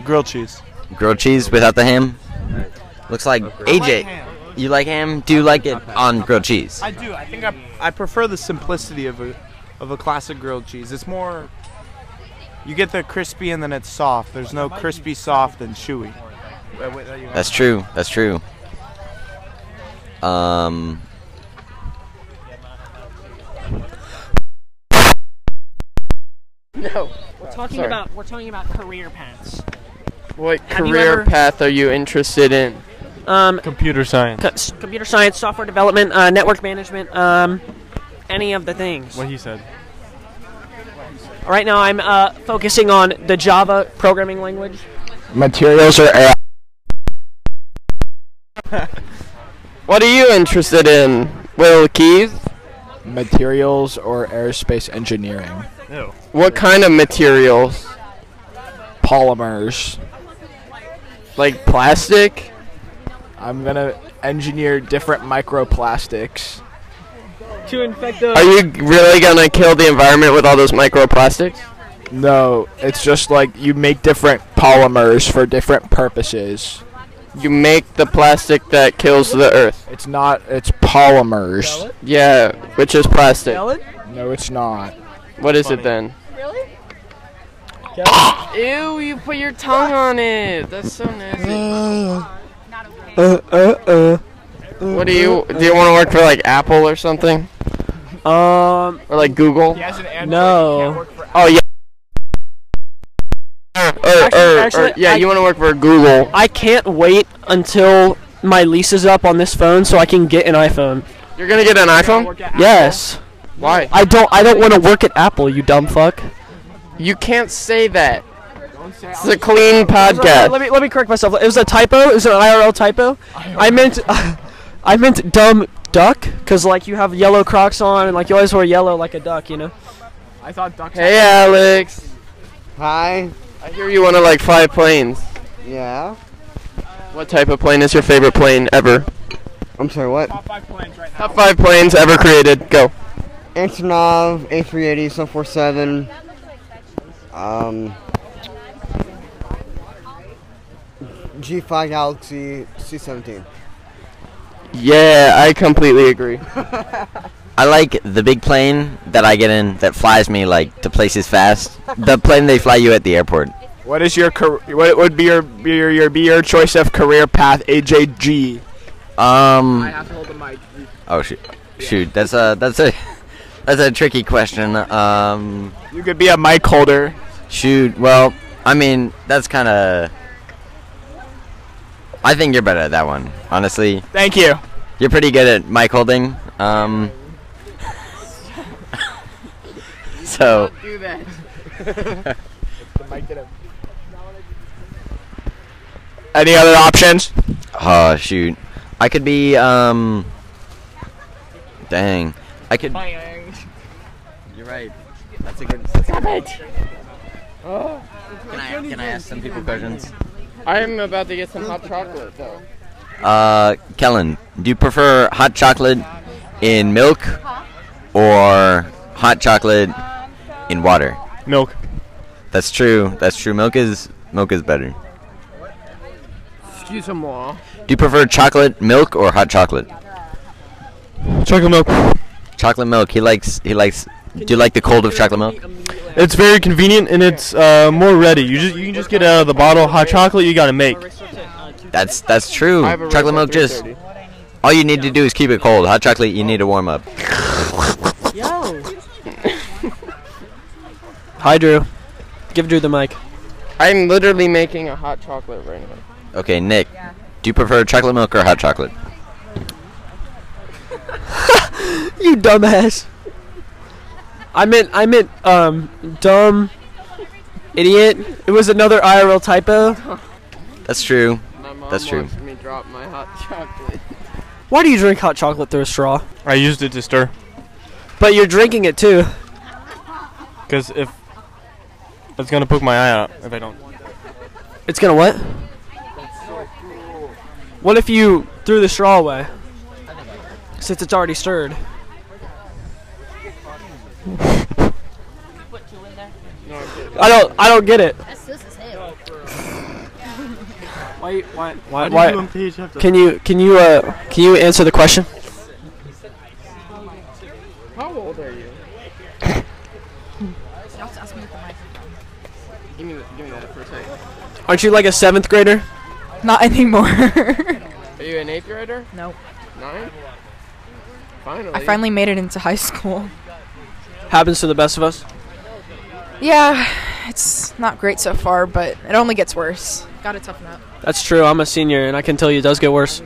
Grilled cheese.
Grilled cheese without the ham? Looks like AJ. you like ham? Do you like it on grilled cheese?
I do. I think I, I prefer the simplicity of a of a classic grilled cheese. It's more you get the crispy and then it's soft. There's no crispy, soft, and chewy.
That's true. That's true. Um.
No.
We're talking
Sorry.
about we're talking about career paths.
What
Have you
career
ever-
path are you interested in?
Um,
Computer science.
computer science, software development, uh, network management, um, any of the things.
What he said.
Right now, I'm uh, focusing on the Java programming language.
Materials or air.
What are you interested in, Will Keith?
materials or aerospace engineering?
Ew.
What kind of materials? Polymers. Like plastic? I'm gonna engineer different microplastics.
To infect the.
Are you really gonna kill the environment with all those microplastics?
No, it's just like you make different polymers for different purposes.
You make the plastic that kills the earth.
It's not. It's polymers.
Yeah, which is plastic.
No, it's not.
What is it then?
Ew, you put your tongue on it. That's so nasty.
Uh, uh, uh.
What do you do? You want to work for like Apple or something?
Um,
or like Google?
He has an Android.
No.
Oh yeah. Or, or, or, yeah, you want to work for Google.
I can't wait until my lease is up on this phone so I can get an iPhone.
You're gonna get an iPhone?
Yes.
Why?
I don't. I don't want to work at Apple. You dumb fuck.
You can't say that.
It's a clean podcast.
Let me let me correct myself. It was a typo. It was an IRL typo. I meant I meant dumb duck because like you have yellow Crocs on and like you always wear yellow like a duck, you know.
I thought ducks.
Hey, Alex.
Hi.
I hear you want to like fly planes.
Yeah.
What type of plane is your favorite plane ever?
I'm sorry, what?
Top five planes ever created. Go.
Antonov, A380, 747. Um. G5 Galaxy C17.
Yeah, I completely agree.
I like the big plane that I get in that flies me like to places fast. The plane they fly you at the airport.
What is your car- what would be your be your, your be your choice of career path? AJG.
Um.
have to hold the mic.
Oh shoot, shoot. That's a that's a that's a tricky question. Um.
You could be a mic holder.
Shoot. Well, I mean that's kind of. I think you're better at that one, honestly.
Thank you.
You're pretty good at mic holding. Um. so.
Do that.
Any other options?
Oh shoot. I could be um dang. I could You're right. That's a good Stop
it.
Can I, can I ask some people questions?
I'm about to get some hot chocolate though.
Uh Kellen, do you prefer hot chocolate in milk or hot chocolate in water?
Milk.
That's true. That's true. Milk is milk is better.
Excuse moi.
Do you prefer chocolate milk or hot chocolate?
Chocolate milk.
Chocolate milk. He likes. He likes. Do you like the cold of chocolate milk?
It's very convenient and it's uh, more ready. You just you can just get out of the bottle hot chocolate you gotta make.
That's that's true. Chocolate milk just. All you need to do is keep it cold. Hot chocolate, you need to warm up.
Yo. Hi, Drew. Give Drew the mic.
I'm literally making a hot chocolate right now.
Okay, Nick. Do you prefer chocolate milk or hot chocolate?
you dumbass. I meant I meant um dumb idiot. It was another IRL typo.
That's true.
My mom
That's true.
watched me drop my hot chocolate.
Why do you drink hot chocolate through a straw?
I used it to stir.
But you're drinking it too.
Cause if it's gonna poke my eye out if I don't.
It's gonna what? What if you threw the straw away? Since it's already stirred. I don't. I don't get it.
Why? Why?
Why? why can you? Can you? Uh, can you answer the question?
How old are you? give me, the- give me that for a second.
Aren't you like a seventh grader?
Not anymore. Are you an eighth grader?
Nope.
Nine. Finally.
I finally made it into high school.
Happens to the best of us.
Yeah, it's not great so far, but it only gets worse. Gotta toughen up.
That's true. I'm a senior, and I can tell you, it does get worse.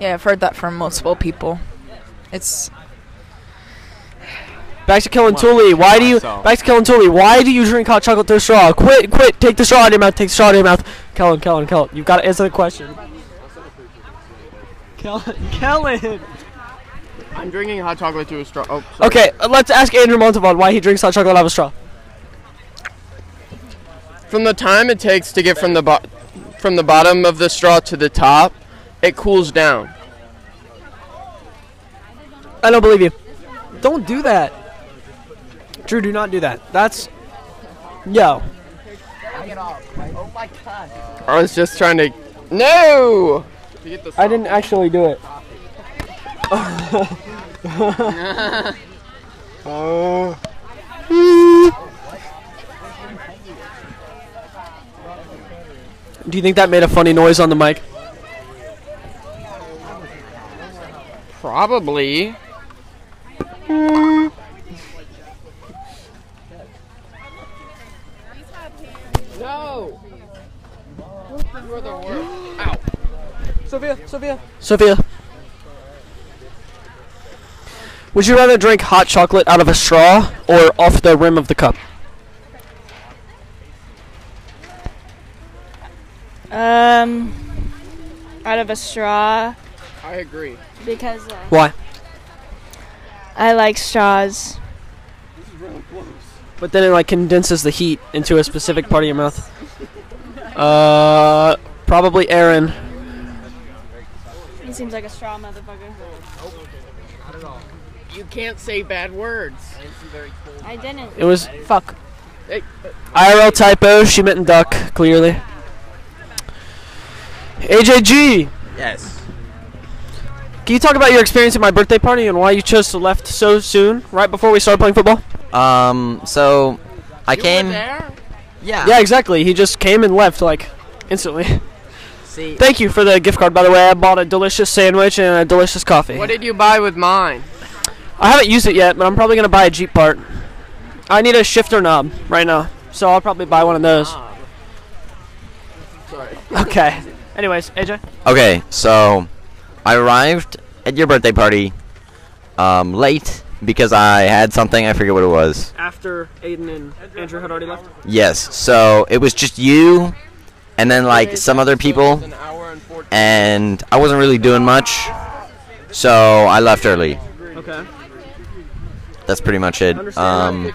Yeah, I've heard that from multiple people. It's
Back to Kellen Tully. Why do you? Back to Kellen Tully. Why do you drink hot chocolate through a straw? Quit! Quit! Take the straw out of your mouth. Take the straw out of your mouth. Kellen, Kellen, Kellen. You've got to answer the question. Kellen, Kellen.
I'm drinking hot chocolate to a straw. Oh, sorry.
Okay, uh, let's ask Andrew Montalban why he drinks hot chocolate out of a straw.
From the time it takes to get from the bo- from the bottom of the straw to the top, it cools down.
I don't believe you. Don't do that. Drew, do not do that. That's. Yo.
Oh my god. I was just trying to. No!
I didn't actually do it.
Oh.
do you think that made a funny noise on the mic?
Probably. No! You're the worst. Ow.
Sophia, Sophia. Sophia. Would you rather drink hot chocolate out of a straw or off the rim of the cup?
Um, out of a straw
I agree.
because uh,
Why?
I like straws.
But then it like condenses the heat into a specific part of your mouth. Uh, probably Aaron.
He seems like a straw motherfucker.
You can't say bad words.
I didn't.
It was fuck.
Hey,
IRL typo. She meant duck. Clearly. AJG.
Yes.
Can you talk about your experience at my birthday party and why you chose to left so soon, right before we started playing football?
Um, so I came.
Yeah. Yeah, exactly. He just came and left like instantly.
See.
Thank you for the gift card, by the way. I bought a delicious sandwich and a delicious coffee.
What did you buy with mine?
I haven't used it yet, but I'm probably gonna buy a Jeep part. I need a shifter knob right now, so I'll probably buy one of those.
Ah. Sorry.
Okay. Anyways, AJ.
Okay, so I arrived at your birthday party um, late because I had something. I forget what it was.
After Aiden and Andrew had already left.
Yes. So it was just you, and then like some other people, and I wasn't really doing much, so I left early.
Okay.
That's pretty much it. Um,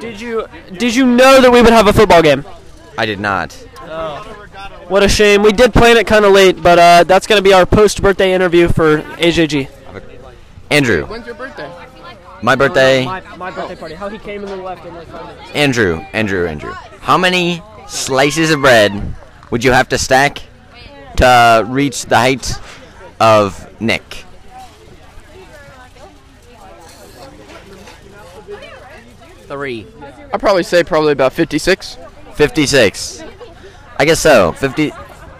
Did you did you know that we would have a football game?
I did not.
Oh.
What a shame. We did plan it kind of late, but uh, that's gonna be our post birthday interview for AJG.
Andrew,
When's your birthday?
my birthday.
My, my birthday party. How he came and then left and like.
Andrew, Andrew, Andrew. How many slices of bread would you have to stack to reach the height of Nick?
Three. I'd probably say probably about 56.
56. I guess so. 50.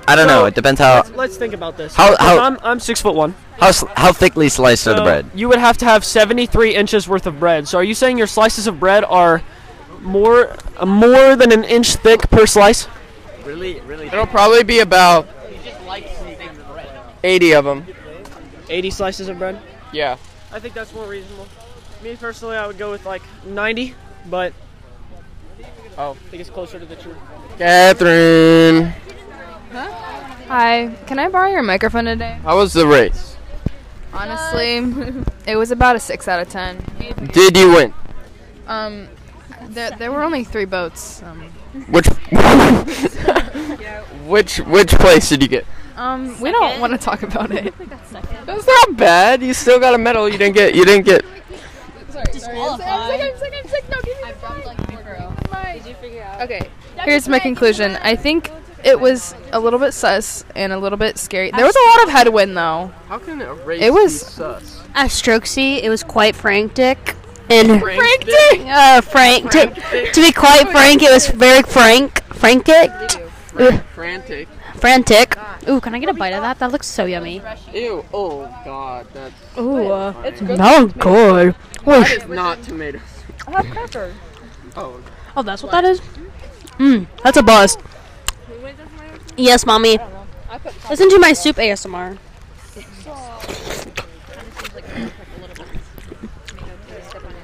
I don't know. It depends how
Let's, let's think about this.
How-
If
how-
I'm I'm six foot one.
how s- how thickly sliced are the
So,
bread.
You would have to have 73 inches worth of bread. So are you saying your slices of bread are more uh, more than an inch thick per slice?
Really, really. It'll probably be about 80 of them.
80 slices of bread.
Yeah.
I think that's more reasonable. Me personally, I would go with like 90, but
oh, I
think it's closer to the truth.
Catherine,
Hi, can I borrow your microphone today?
how was the race?
Honestly, it was about a 6 out of 10.
Did you win?
Um, there, there were only three boats. Um,
Which which which place did you get?
um, we don't want to talk about it.
That's not bad. You still got a medal. You didn't get. You didn't get.
Okay, here's my conclusion. I think it was a little bit sus and a little bit scary. There was a lot of headwind, though.
How can a race
It was-
be sus?
At Strokesy, it was quite frantic. And
Frank
Uh, frank. To, to be quite frank, it was very frank. Frantic. Ooh,
Frantic.
frantic. Ooh, can I get a bite of that? That looks so yummy.
Ew. Oh God. That's.
Ooh, uh,
It's good.
no good.
That
Whoosh.
is not tomatoes.
I have pepper.
Oh.
Oh, that's what that is. Mmm, that's a bust. Yes, mommy. Listen to my soup ASMR.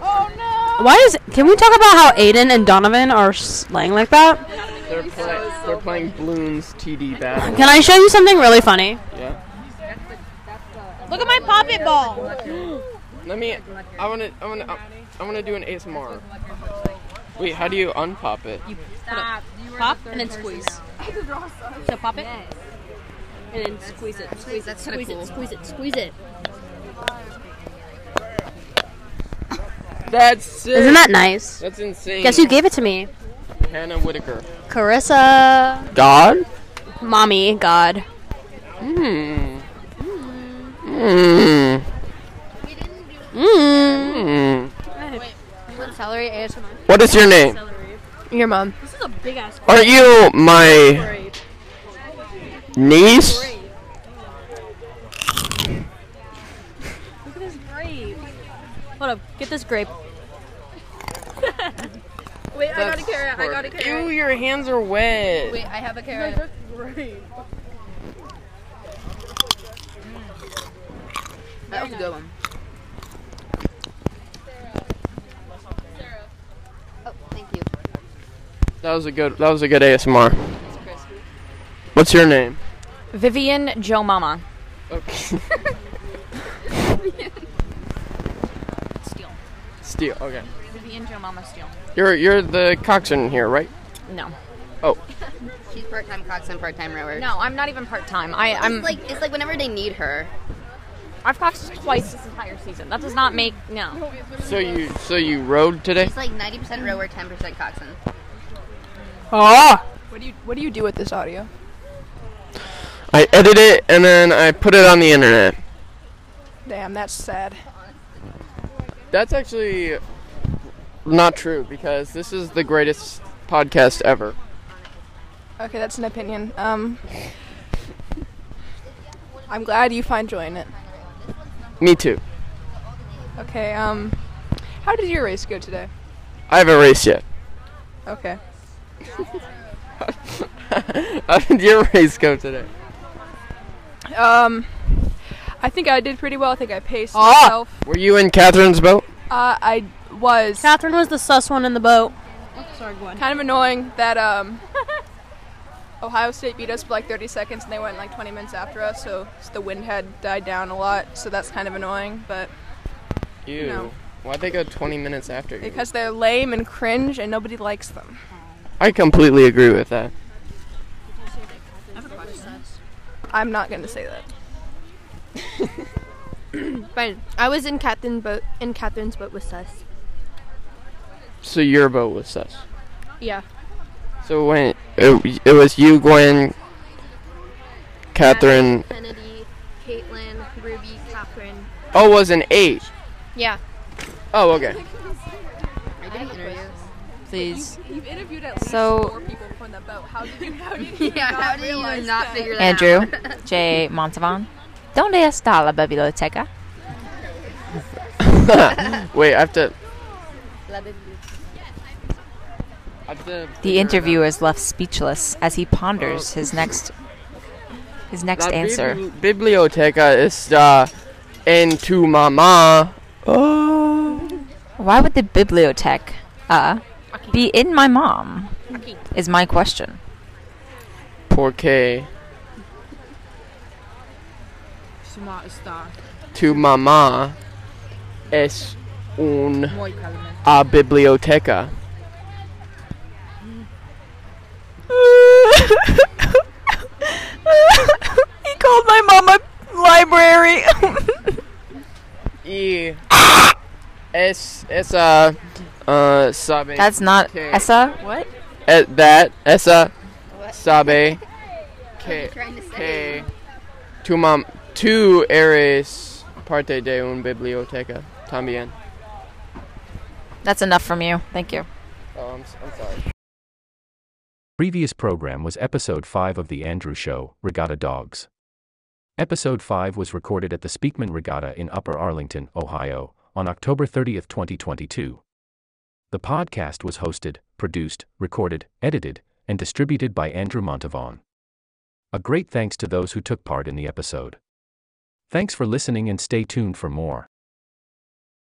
Oh,
Why is? Can we talk about how Aiden and Donovan are slang like that?
They're, play, they're playing Bloons TD battle.
Can I show you something really funny?
Yeah.
Look at my pocket ball.
Let me. I want to. I want to. I want to do an ASMR. Wait, how do you unpop it?
Stop. Pop and then squeeze. So pop it. And then squeeze it. Squeeze it.
kinda
Squeeze
cool.
it. Squeeze it. Squeeze it.
That's sick.
Isn't that nice?
That's insane.
Guess who gave it to me?
Hannah Whitaker.
Carissa.
God.
Mommy. God.
Mmm. Hmm.
Mmm.
Mmm.
Celery ASMR.
What is your name?
Your mom.
This is a big ass.
Are you my niece?
Look at this grape. Hold up. Get this grape.
Wait, I got
That's
a carrot. I got a
horrible.
carrot.
Ew, your hands are wet.
Wait, I have a carrot. That was a good one. Oh, thank you.
That was a good. That was a good ASMR. What's your name?
Vivian Joe Mama.
Okay.
Steele.
Steel. Okay.
Vivian Joe Mama Steele.
You're you're the coxswain here, right?
No.
Oh.
She's part-time cox and part-time rower.
No, I'm not even part time. I
It's
I'm
like it's like whenever they need her.
I've coxed twice this entire season. That does not make no.
So you so you rode today?
She's like 90% rower, 10% coxswain.
Ah.
What do you What do you do with this audio?
I edit it and then I put it on the internet.
Damn, that's sad.
That's actually not true because this is the greatest podcast ever.
Okay, that's an opinion. Um, I'm glad you find joy in it.
Me too.
Okay. Um, how did your race go today?
I haven't raced yet.
Okay.
How did your race go today?
um, I think I did pretty well. I think I paced
Ah!
myself.
Were you in Catherine's boat?
Uh, I was.
Catherine was the sus one in the boat.
Sorry, Kind of annoying that um, Ohio State beat us for like 30 seconds, and they went like 20 minutes after us. So s- the wind had died down a lot, so that's kind of annoying. But
You.
No.
Why'd they go 20 minutes after you?
because they're lame and cringe, and nobody likes them.
I completely agree with that.
I'm not gonna say that.
Fine. I was in Catherine's boat. In Catherine's boat with us.
So your boat was sus.
Yeah.
So when it, it was you, Gwen, Catherine.
Kennedy, Caitlin, Ruby, Catherine.
Oh, it was an eight.
Yeah.
Oh, okay.
I did an interview.
Please.
You've interviewed at
least So- four
people from the boat. How did you? How did
Yeah, how did you not figure that
Andrew
out?
J. Montavon. Donde está la biblioteca?
Wait, I have to. I have to
The interviewer is left speechless as he ponders his next his next
La
answer.
bibli- biblioteca uh, está en tu mamá.
Oh. Why would the bibliotech uh, be in my mom? Is my question.
Porque
Suma está.
tu mamá es un
Muy calma.
a biblioteca.
he called my mom a library.
E es esa uh sabe.
That's not
que-
Essa. What?
Eh, that esa sabe que
Trying to say.
que tu mam tu eres parte de un biblioteca también.
That's enough from you. Thank you.
Oh, I'm, s- I'm sorry.
Previous program was episode 5 of The Andrew Show, Regatta Dogs. Episode 5 was recorded at the Speakman Regatta in Upper Arlington, Ohio, on October 30, 2022. The podcast was hosted, produced, recorded, edited, and distributed by Andrew Montavon. A great thanks to those who took part in the episode. Thanks for listening and stay tuned for more.